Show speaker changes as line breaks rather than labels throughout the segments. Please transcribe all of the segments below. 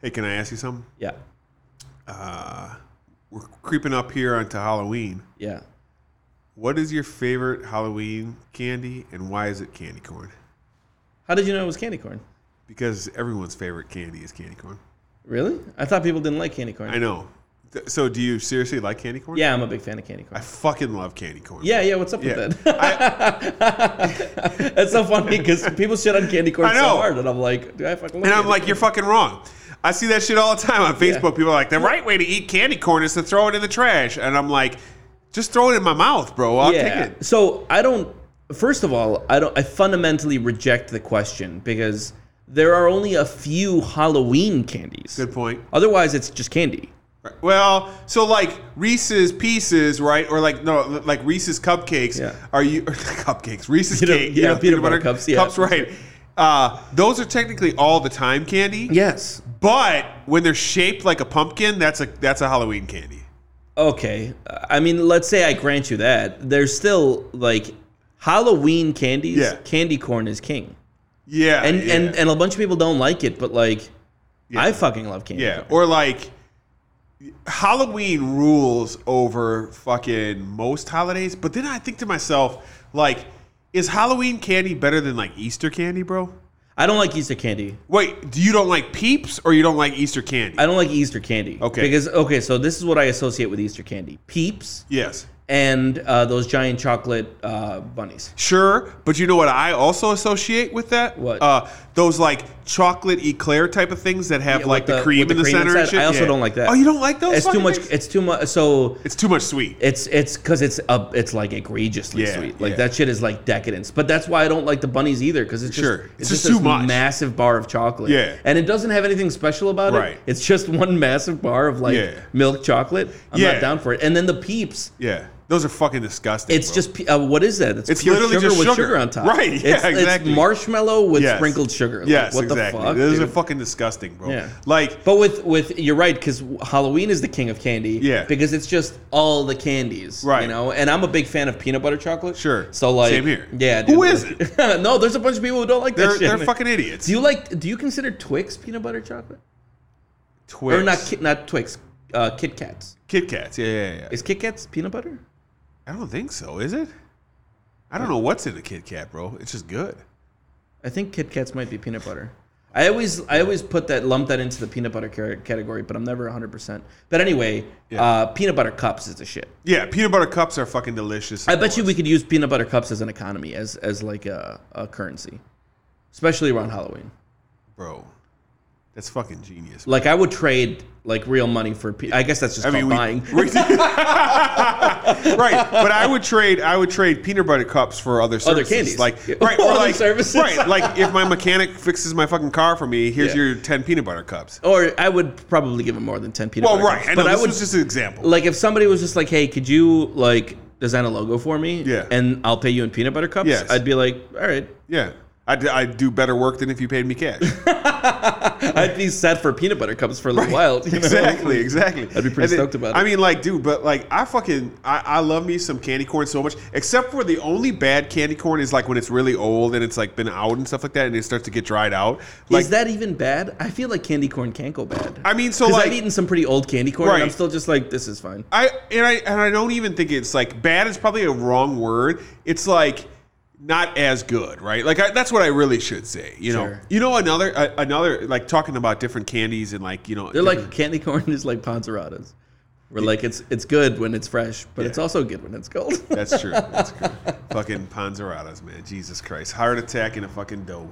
Hey, can I ask you something?
Yeah.
Uh, we're creeping up here onto Halloween.
Yeah.
What is your favorite Halloween candy, and why is it candy corn?
How did you know it was candy corn?
Because everyone's favorite candy is candy corn.
Really? I thought people didn't like candy corn.
I know. Th- So, do you seriously like candy corn?
Yeah, I'm a big fan of candy
I
corn.
fucking love candy corn.
Yeah, yeah. What's up
Yeah.
with that? That's so funny because people shit on candy corn
I
so
know.
hard, and I'm like, do I fucking? love
And I'm
candy
like,
corn?
you're fucking wrong. I see that shit all the time on Facebook. People are like, the right way to eat candy corn is to throw it in the trash. And I'm like, just throw it in my mouth, bro. I'll take it.
So I don't. First of all, I don't. I fundamentally reject the question because there are only a few Halloween candies.
Good point.
Otherwise, it's just candy.
Right. Well, so like Reese's Pieces, right? Or like no, like Reese's cupcakes.
Yeah.
Are you or cupcakes? Reese's
Peanut-
cake.
yeah, peanut butter cups, yeah.
Cups, right? Uh, those are technically all the time candy.
Yes.
But when they're shaped like a pumpkin, that's a that's a Halloween candy.
Okay. I mean, let's say I grant you that. There's still like Halloween candies.
Yeah.
Candy corn is king,
Yeah.
and
yeah,
and and a bunch of people don't like it, but like, I fucking love candy.
yeah.
corn.
Or like Halloween rules over fucking most holidays. But then I think to myself, like, is Halloween candy better than like Easter candy, bro?
I don't like Easter candy.
Wait, do you don't like Peeps or you don't like Easter candy?
I don't like Easter candy.
Okay.
Because okay, so this is what I associate with Easter candy: Peeps.
yes.
and uh, those giant chocolate uh, bunnies.
Sure, but you know what I also associate with that?
What?
Uh, those like chocolate eclair type of things that have
Yeah,
like
with
the,
the-
cream
with
in
the
the
cream
center. And
inside.
shit?
I also
Yeah.
don't like that.
Oh, you don't like those?
It's too
fucking
much.
things?
It's too much. So
It's too much sweet.
it's it's because it's uh, it's like egregiously
Yeah,
sweet. Like
yeah.
that shit is like decadence. But that's why I don't like the bunnies either because it's just
Sure.
it's, just, too much. massive bar of chocolate.
Yeah.
and it doesn't have anything special about
Right.
it. It's just one massive bar of like
Yeah.
milk chocolate. I'm
Yeah.
not down for it. And then the peeps.
Yeah, those are fucking disgusting.
It's
bro.
just pe- uh, what is that?
It's
pure
literally
sugar
just
with
sugar.
sugar. on top.
Right, yeah,
it's,
exactly.
It's marshmallow with
Yes.
sprinkled sugar. Like,
Yes,
what
exactly.
the fuck?
those
dude?
are fucking disgusting, bro.
Yeah.
Like,
But with with you're right because Halloween is the king of candy.
Yeah.
Because it's just all the candies.
Right.
You know, and I'm a big fan of peanut butter chocolate.
Sure.
So like,
Same here.
Yeah.
Who
dude,
is
like- no, there's a bunch of people who don't like that
they're
shit.
they're fucking idiots.
Do you like? Do you consider Twix peanut butter chocolate?
Twix.
Or not? Ki- Not Twix. Uh, Kit Kats.
Kit Kats. Yeah, yeah, yeah.
Is Kit Kats peanut butter?
I don't think so. Is it? I don't know what's in a Kit Kat, bro. It's just good.
I think Kit Kats might be peanut butter. I always I always put that lump that into the peanut butter ca- category, but I'm never 100. percent But anyway,
Yeah.
uh, peanut butter cups is the shit.
Yeah, peanut butter cups are fucking delicious.
I bet you we could use peanut butter cups as an economy, as as like a, a currency, especially around Halloween.
bro. That's fucking genius.
Like I would trade like real money for. Pe- I guess that's just
I
called
mean, we,
buying.
we- right? But I would trade. I would trade peanut butter cups for other services,
Other candies.
like
Yeah.
right, or
Other
like
services.
right, like if my mechanic fixes my fucking car for me, here's
Yeah.
your ten peanut butter cups.
or I would probably give him more than ten peanut
Well,
butter
right,
cups.
I know,
but I
this
would
was just an example.
like if somebody was just like, "Hey, could you like design a logo for me?
Yeah.
and I'll pay you in peanut butter cups."
Yes.
I'd be like, "All right."
yeah, I'd, I'd do better work than if you paid me cash.
I'd be set for peanut butter cups for a little while. you know?
exactly, exactly. I'd
be pretty stoked about it.
I mean, like, dude, but like, I fucking, I, I love me some candy corn so much. Except for the only bad candy corn is like when it's really old and it's like been out and stuff like that, and it starts to get dried out. Like,
Is that even bad? I feel like candy corn can't go bad.
I mean, so
'Cause
like,
I've eaten some pretty old candy corn, and I'm
Right.
still just like, "This is fine."
I and I and I don't even think it's like bad is probably a wrong word. It's like not as good, right? Like I, that's what I really should say. You know,
Sure.
you know another uh, another like talking about different candies and like you know
They're like candy corn is like panzeratas. We're like it's it's good when it's fresh, but it's
Yeah.
also good when it's cold.
That's true. That's true. fucking panzeratas, man. Jesus Christ. Heart attack in a fucking dough.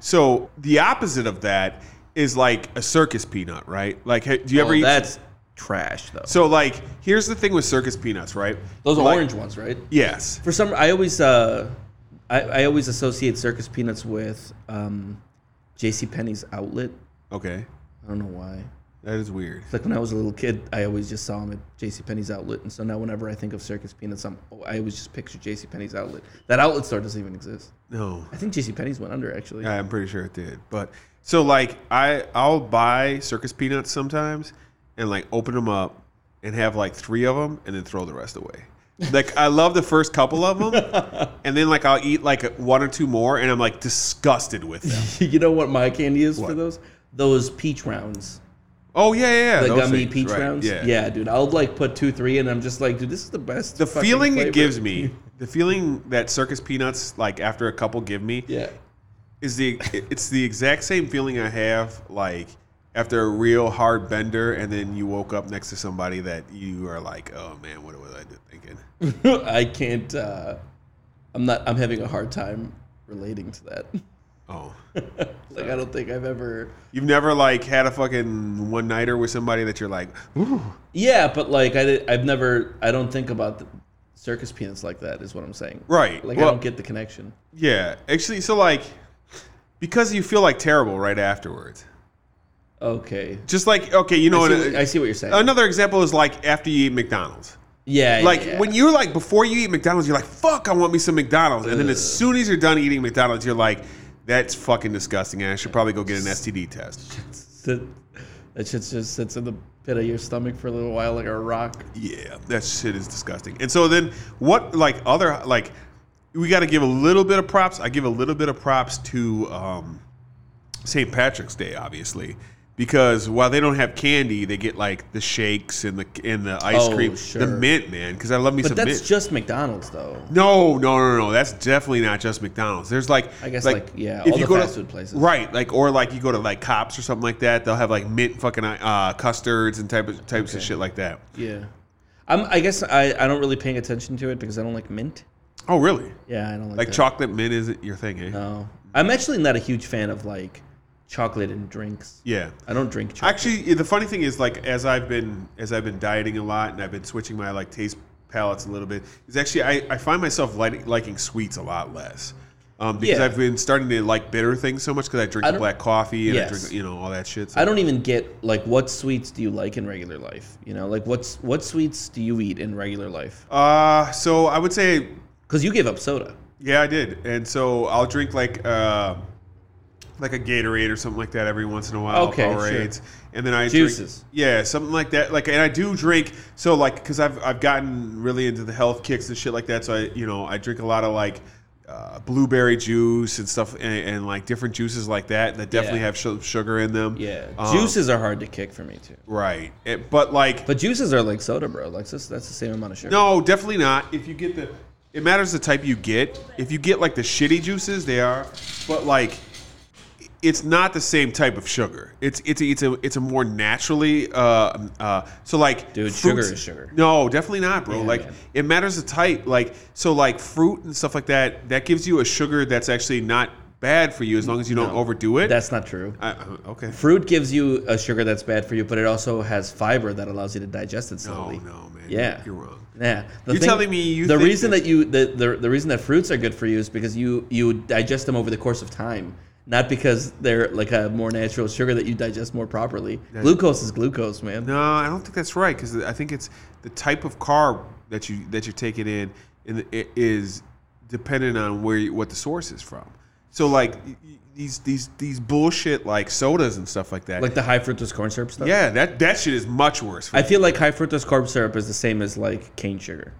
So the opposite of that is like a circus peanut, right? Like, hey, do you ever
Well,
eat?
that's trash though.
so, like, here's the thing with circus peanuts, right?
Those
Like-
orange ones, right?
Yes.
For some, I always uh, I, I always associate circus peanuts with um, J.C. Penney's outlet.
Okay.
I don't know why.
That is weird.
It's like when I was a little kid, I always just saw him at J.C. Penney's outlet, and so now whenever I think of circus peanuts, I'm, I always just picture J.C. Penney's outlet. That outlet store doesn't even exist.
No.
I think J.C. Penney's went under actually.
I'm pretty sure it did. But so like I I'll buy circus peanuts sometimes and like open them up and have like 3 of them and then throw the rest away. Like I love the first couple of them and then like I'll eat like one or two more and I'm like disgusted with them.
you know what my candy is
What?
for those? Those peach rounds.
Oh yeah, yeah, yeah.
the
those
gummy
things,
peach
right,
rounds.
Yeah.
dude. I'll like put two, three, and I'm just like, dude, this is the best.
The
fucking
feeling
flavor.
it gives me, the feeling that circus peanuts like after a couple give me
Yeah.
is the it's the exact same feeling I have like after a real hard bender and then you woke up next to somebody that you are like, "Oh man, what was I thinking?"
I can't. Uh, I'm not. I'm having a hard time relating to that.
Oh.
like I don't think I've ever.
You've never like had a fucking one-nighter with somebody that you're like, "Ooh,
Yeah, but like I, did- I've never. I don't think about the circus peanuts like that. Is what I'm saying.
right."
Like I
well,
don't get the connection.
yeah. Actually, so like because you feel like terrible right afterwards.
Okay.
Just like, okay, you know
I, see
an-
what, I see what you're saying.
Another example is like after you eat McDonald's.
yeah.
Like
yeah.
when you're like before you eat McDonald's, you're like, "Fuck, I want me some McDonald's." And then as soon as you're done eating McDonald's, you're like, "That's fucking disgusting," and I should probably go get an STD test.
That, that shit just sits in the pit of your stomach for a little while, like a rock.
Yeah, that shit is disgusting. And so then what? Like other like, we got to give a little bit of props. I give a little bit of props to um, St. Patrick's Day, obviously. Because while they don't have candy, they get like the shakes and the and the ice
Oh,
cream,
sure.
the mint, man. Because I love me
But
some
that's
mint.
just McDonald's, though.
No, no, no, no. That's definitely not just McDonald's. There's like,
I guess, like, yeah, all the
go
fast
to,
food places.
right? Like, or like you go to like Cops or something like that. They'll have like mint fucking uh, custards and type of types of shit like that.
Yeah. I'm, I guess I, I don't really pay attention to it because I don't like mint.
Oh, really?
Yeah, I don't like,
Like
that.
chocolate mint isn't your thing, eh?
No. I'm actually not a huge fan of like chocolate and drinks.
Yeah.
I don't drink chocolate.
Actually, yeah, the funny thing is, like, as I've been as I've been dieting a lot and I've been switching my like taste palettes a little bit, is actually I, I find myself like, liking sweets a lot less. Um, because
Yeah.
I've been starting to like bitter things so much because I drink
I
the
don't-
black coffee and I
Yes.
drink you know all that shit. So.
I don't even get like what sweets do you like in regular life? You know, like what's what sweets do you eat in regular life?
Uh, so I would say,
Because you gave up soda.
yeah, I did, and so I'll drink like uh, like a Gatorade or something like that every once in a while.
Okay, sure.
Powerades, and then I
Juices.
Drink, yeah, something like that. Like, and I do drink. So like, because I've I've gotten really into the health kicks and shit like that. So I you know I drink a lot of like. Uh, blueberry juice and stuff, and, and like different juices like that that definitely
Yeah.
have su- sugar in them.
Yeah,
Um,
juices are hard to kick for me too.
right? It- but like,
But juices are like soda, bro. Like that's, that's the same amount of sugar.
No, definitely not. If you get the, it matters the type you get. If you get like the shitty juices, they are, but like, it's not the same type of sugar. It's it's a, it's a it's a more naturally uh uh so like
Dude, sugar is sugar.
No, definitely not, bro.
Yeah,
like
man.
it matters the type. Like so like fruit and stuff like that. That gives you a sugar that's actually not bad for you as long as you don't overdo it.
That's not true.
I, I- okay.
Fruit gives you a sugar that's bad for you, but it also has fiber that allows you to digest it
Oh
slowly.
no, man.
Yeah.
you're wrong.
Yeah. The
You're telling me you
the
think
reason that you the, the the reason that fruits are good for you is because you you digest them over the course of time, not because they're like a more natural sugar that you digest more properly. glucose is glucose, man.
No, I don't think that's right because I think it's the type of carb that you that you're taking in, and it is dependent on where you, what the source is from. So like y- y- these these these bullshit like sodas and stuff like that.
Like the high fructose corn syrup stuff.
yeah, that that shit is much worse. For
I feel like high fructose corn syrup is the same as like cane sugar.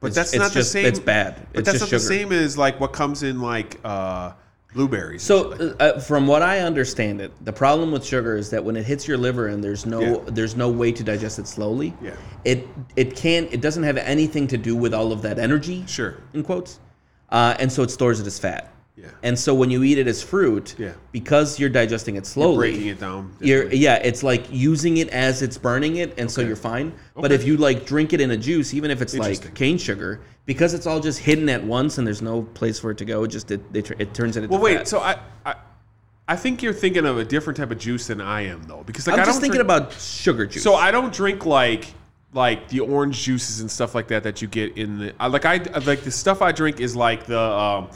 but
it's-
that's
it's
not the
just-
same.
it's bad.
But
It's
that's
just
not the
sugar.
same as like what comes in like uh, blueberries.
So, uh, from what I understand it, the problem with sugar is that when it hits your liver and there's no
Yeah.
there's no way to digest it slowly,
Yeah.
it it can't it doesn't have anything to do with all of that energy,
Sure.
in quotes, uh, and so it stores it as fat.
Yeah.
And so when you eat it as fruit,
Yeah.
because you're digesting it slowly,
breaking it down.
you're yeah, it's like using it as it's burning it, and so you're fine. But if you like drink it in a juice, even if it's
Interesting.
like cane sugar, because it's all just hidden at once and there's no place for it to go, it just it, they, tr- it turns it into
well, wait.
fat.
So I, I I think you're thinking of a different type of juice than I am though, because like
I'm
I
just
don't
thinking
drink-
about sugar juice.
So I don't drink like like the orange juices and stuff like that that you get in the I, like I like the stuff I drink is like the um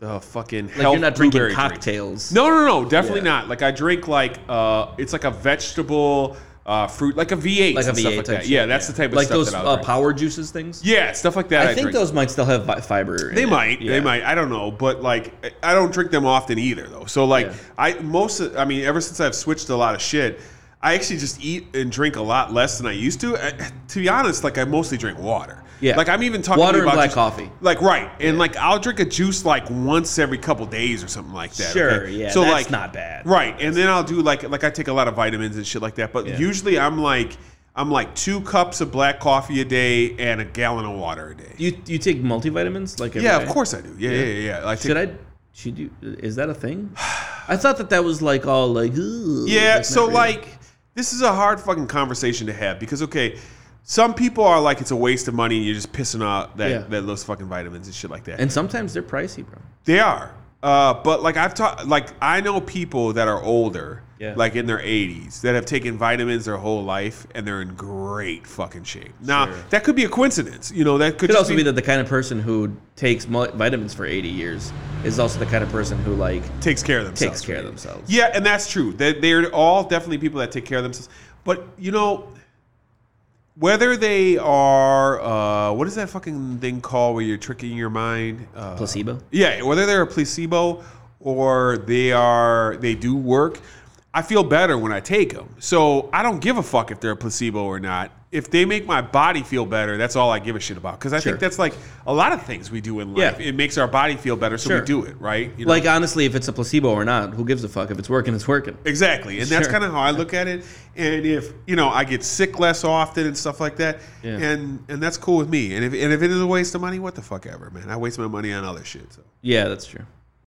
the fucking
like
health
you're not drinking
blueberry drink.
cocktails.
No, no, no, definitely
Yeah.
not. Like I drink like uh it's like a vegetable uh fruit like a V8
like a
and
V8
stuff like
type
that.
shit,
Yeah, that's the type of
like
stuff
those
that I
uh,
drink.
power juices things.
yeah, stuff like that.
I think
drink.
those might still have vi- fiber. in
They
it.
might.
Yeah.
They might. I don't know, but like I- I don't drink them often either, though. So like
Yeah.
I most. Of, I mean, ever since I've switched a lot of shit, Eh, I actually just eat and drink a lot less than I used to. I, to be honest, like I mostly drink water.
Yeah.
Like I'm even talking to
Water
you
and
about
black
just-
coffee.
Like right, and like I'll drink a juice like once every couple days or something like that.
Sure,
okay?
yeah,
So
that's
like
not bad.
Right, and then I'll do like like I take a lot of vitamins and shit like that. But
Yeah.
usually I'm like I'm like two cups of black coffee a day and a gallon of water a day.
You you take multivitamins like every
yeah, of
day?
course I do. Yeah, yeah, yeah. yeah. I take,
Should I? Should you? Is that a thing? I thought that that was like all like. "Ooh,"
Yeah,
that's
so
not really-
like this is a hard fucking conversation to have because okay, some people are like it's a waste of money and you're just pissing out that
Yeah.
that those fucking vitamins and shit like that.
And sometimes they're pricey, bro.
They are. Uh, but like I've taught, like I know people that are older,
Yeah.
like in their 80s, that have taken vitamins their whole life and they're in great fucking shape. Now
Sure.
that could be a coincidence, you know. That could,
Could
just
also be that the kind of person who takes mu- vitamins for 80 years is also the kind of person who like
takes care of themselves.
takes care of themselves.
Yeah, and that's true. They, they're all definitely people that take care of themselves. But you know, whether they are uh, what is that fucking thing called where you're tricking your mind? Uh,
Placebo.
Yeah, whether they're a placebo or they are they do work, I feel better when I take them. So I don't give a fuck if they're a placebo or not. If they make my body feel better, that's all I give a shit about. Because I
Sure.
think that's like a lot of things we do in
Yeah.
life. It makes our body feel better, so
Sure.
we do it, right? You know?
Like honestly, if it's a placebo or not, who gives a fuck? If it's working, it's working.
Exactly. And that's
Sure.
kind of how I look at it. And if, you know, I get sick less often and stuff like that.
Yeah.
And and that's cool with me. And if and if it is a waste of money, what the fuck ever, man. I waste my money on other shit. So
Yeah, that's true.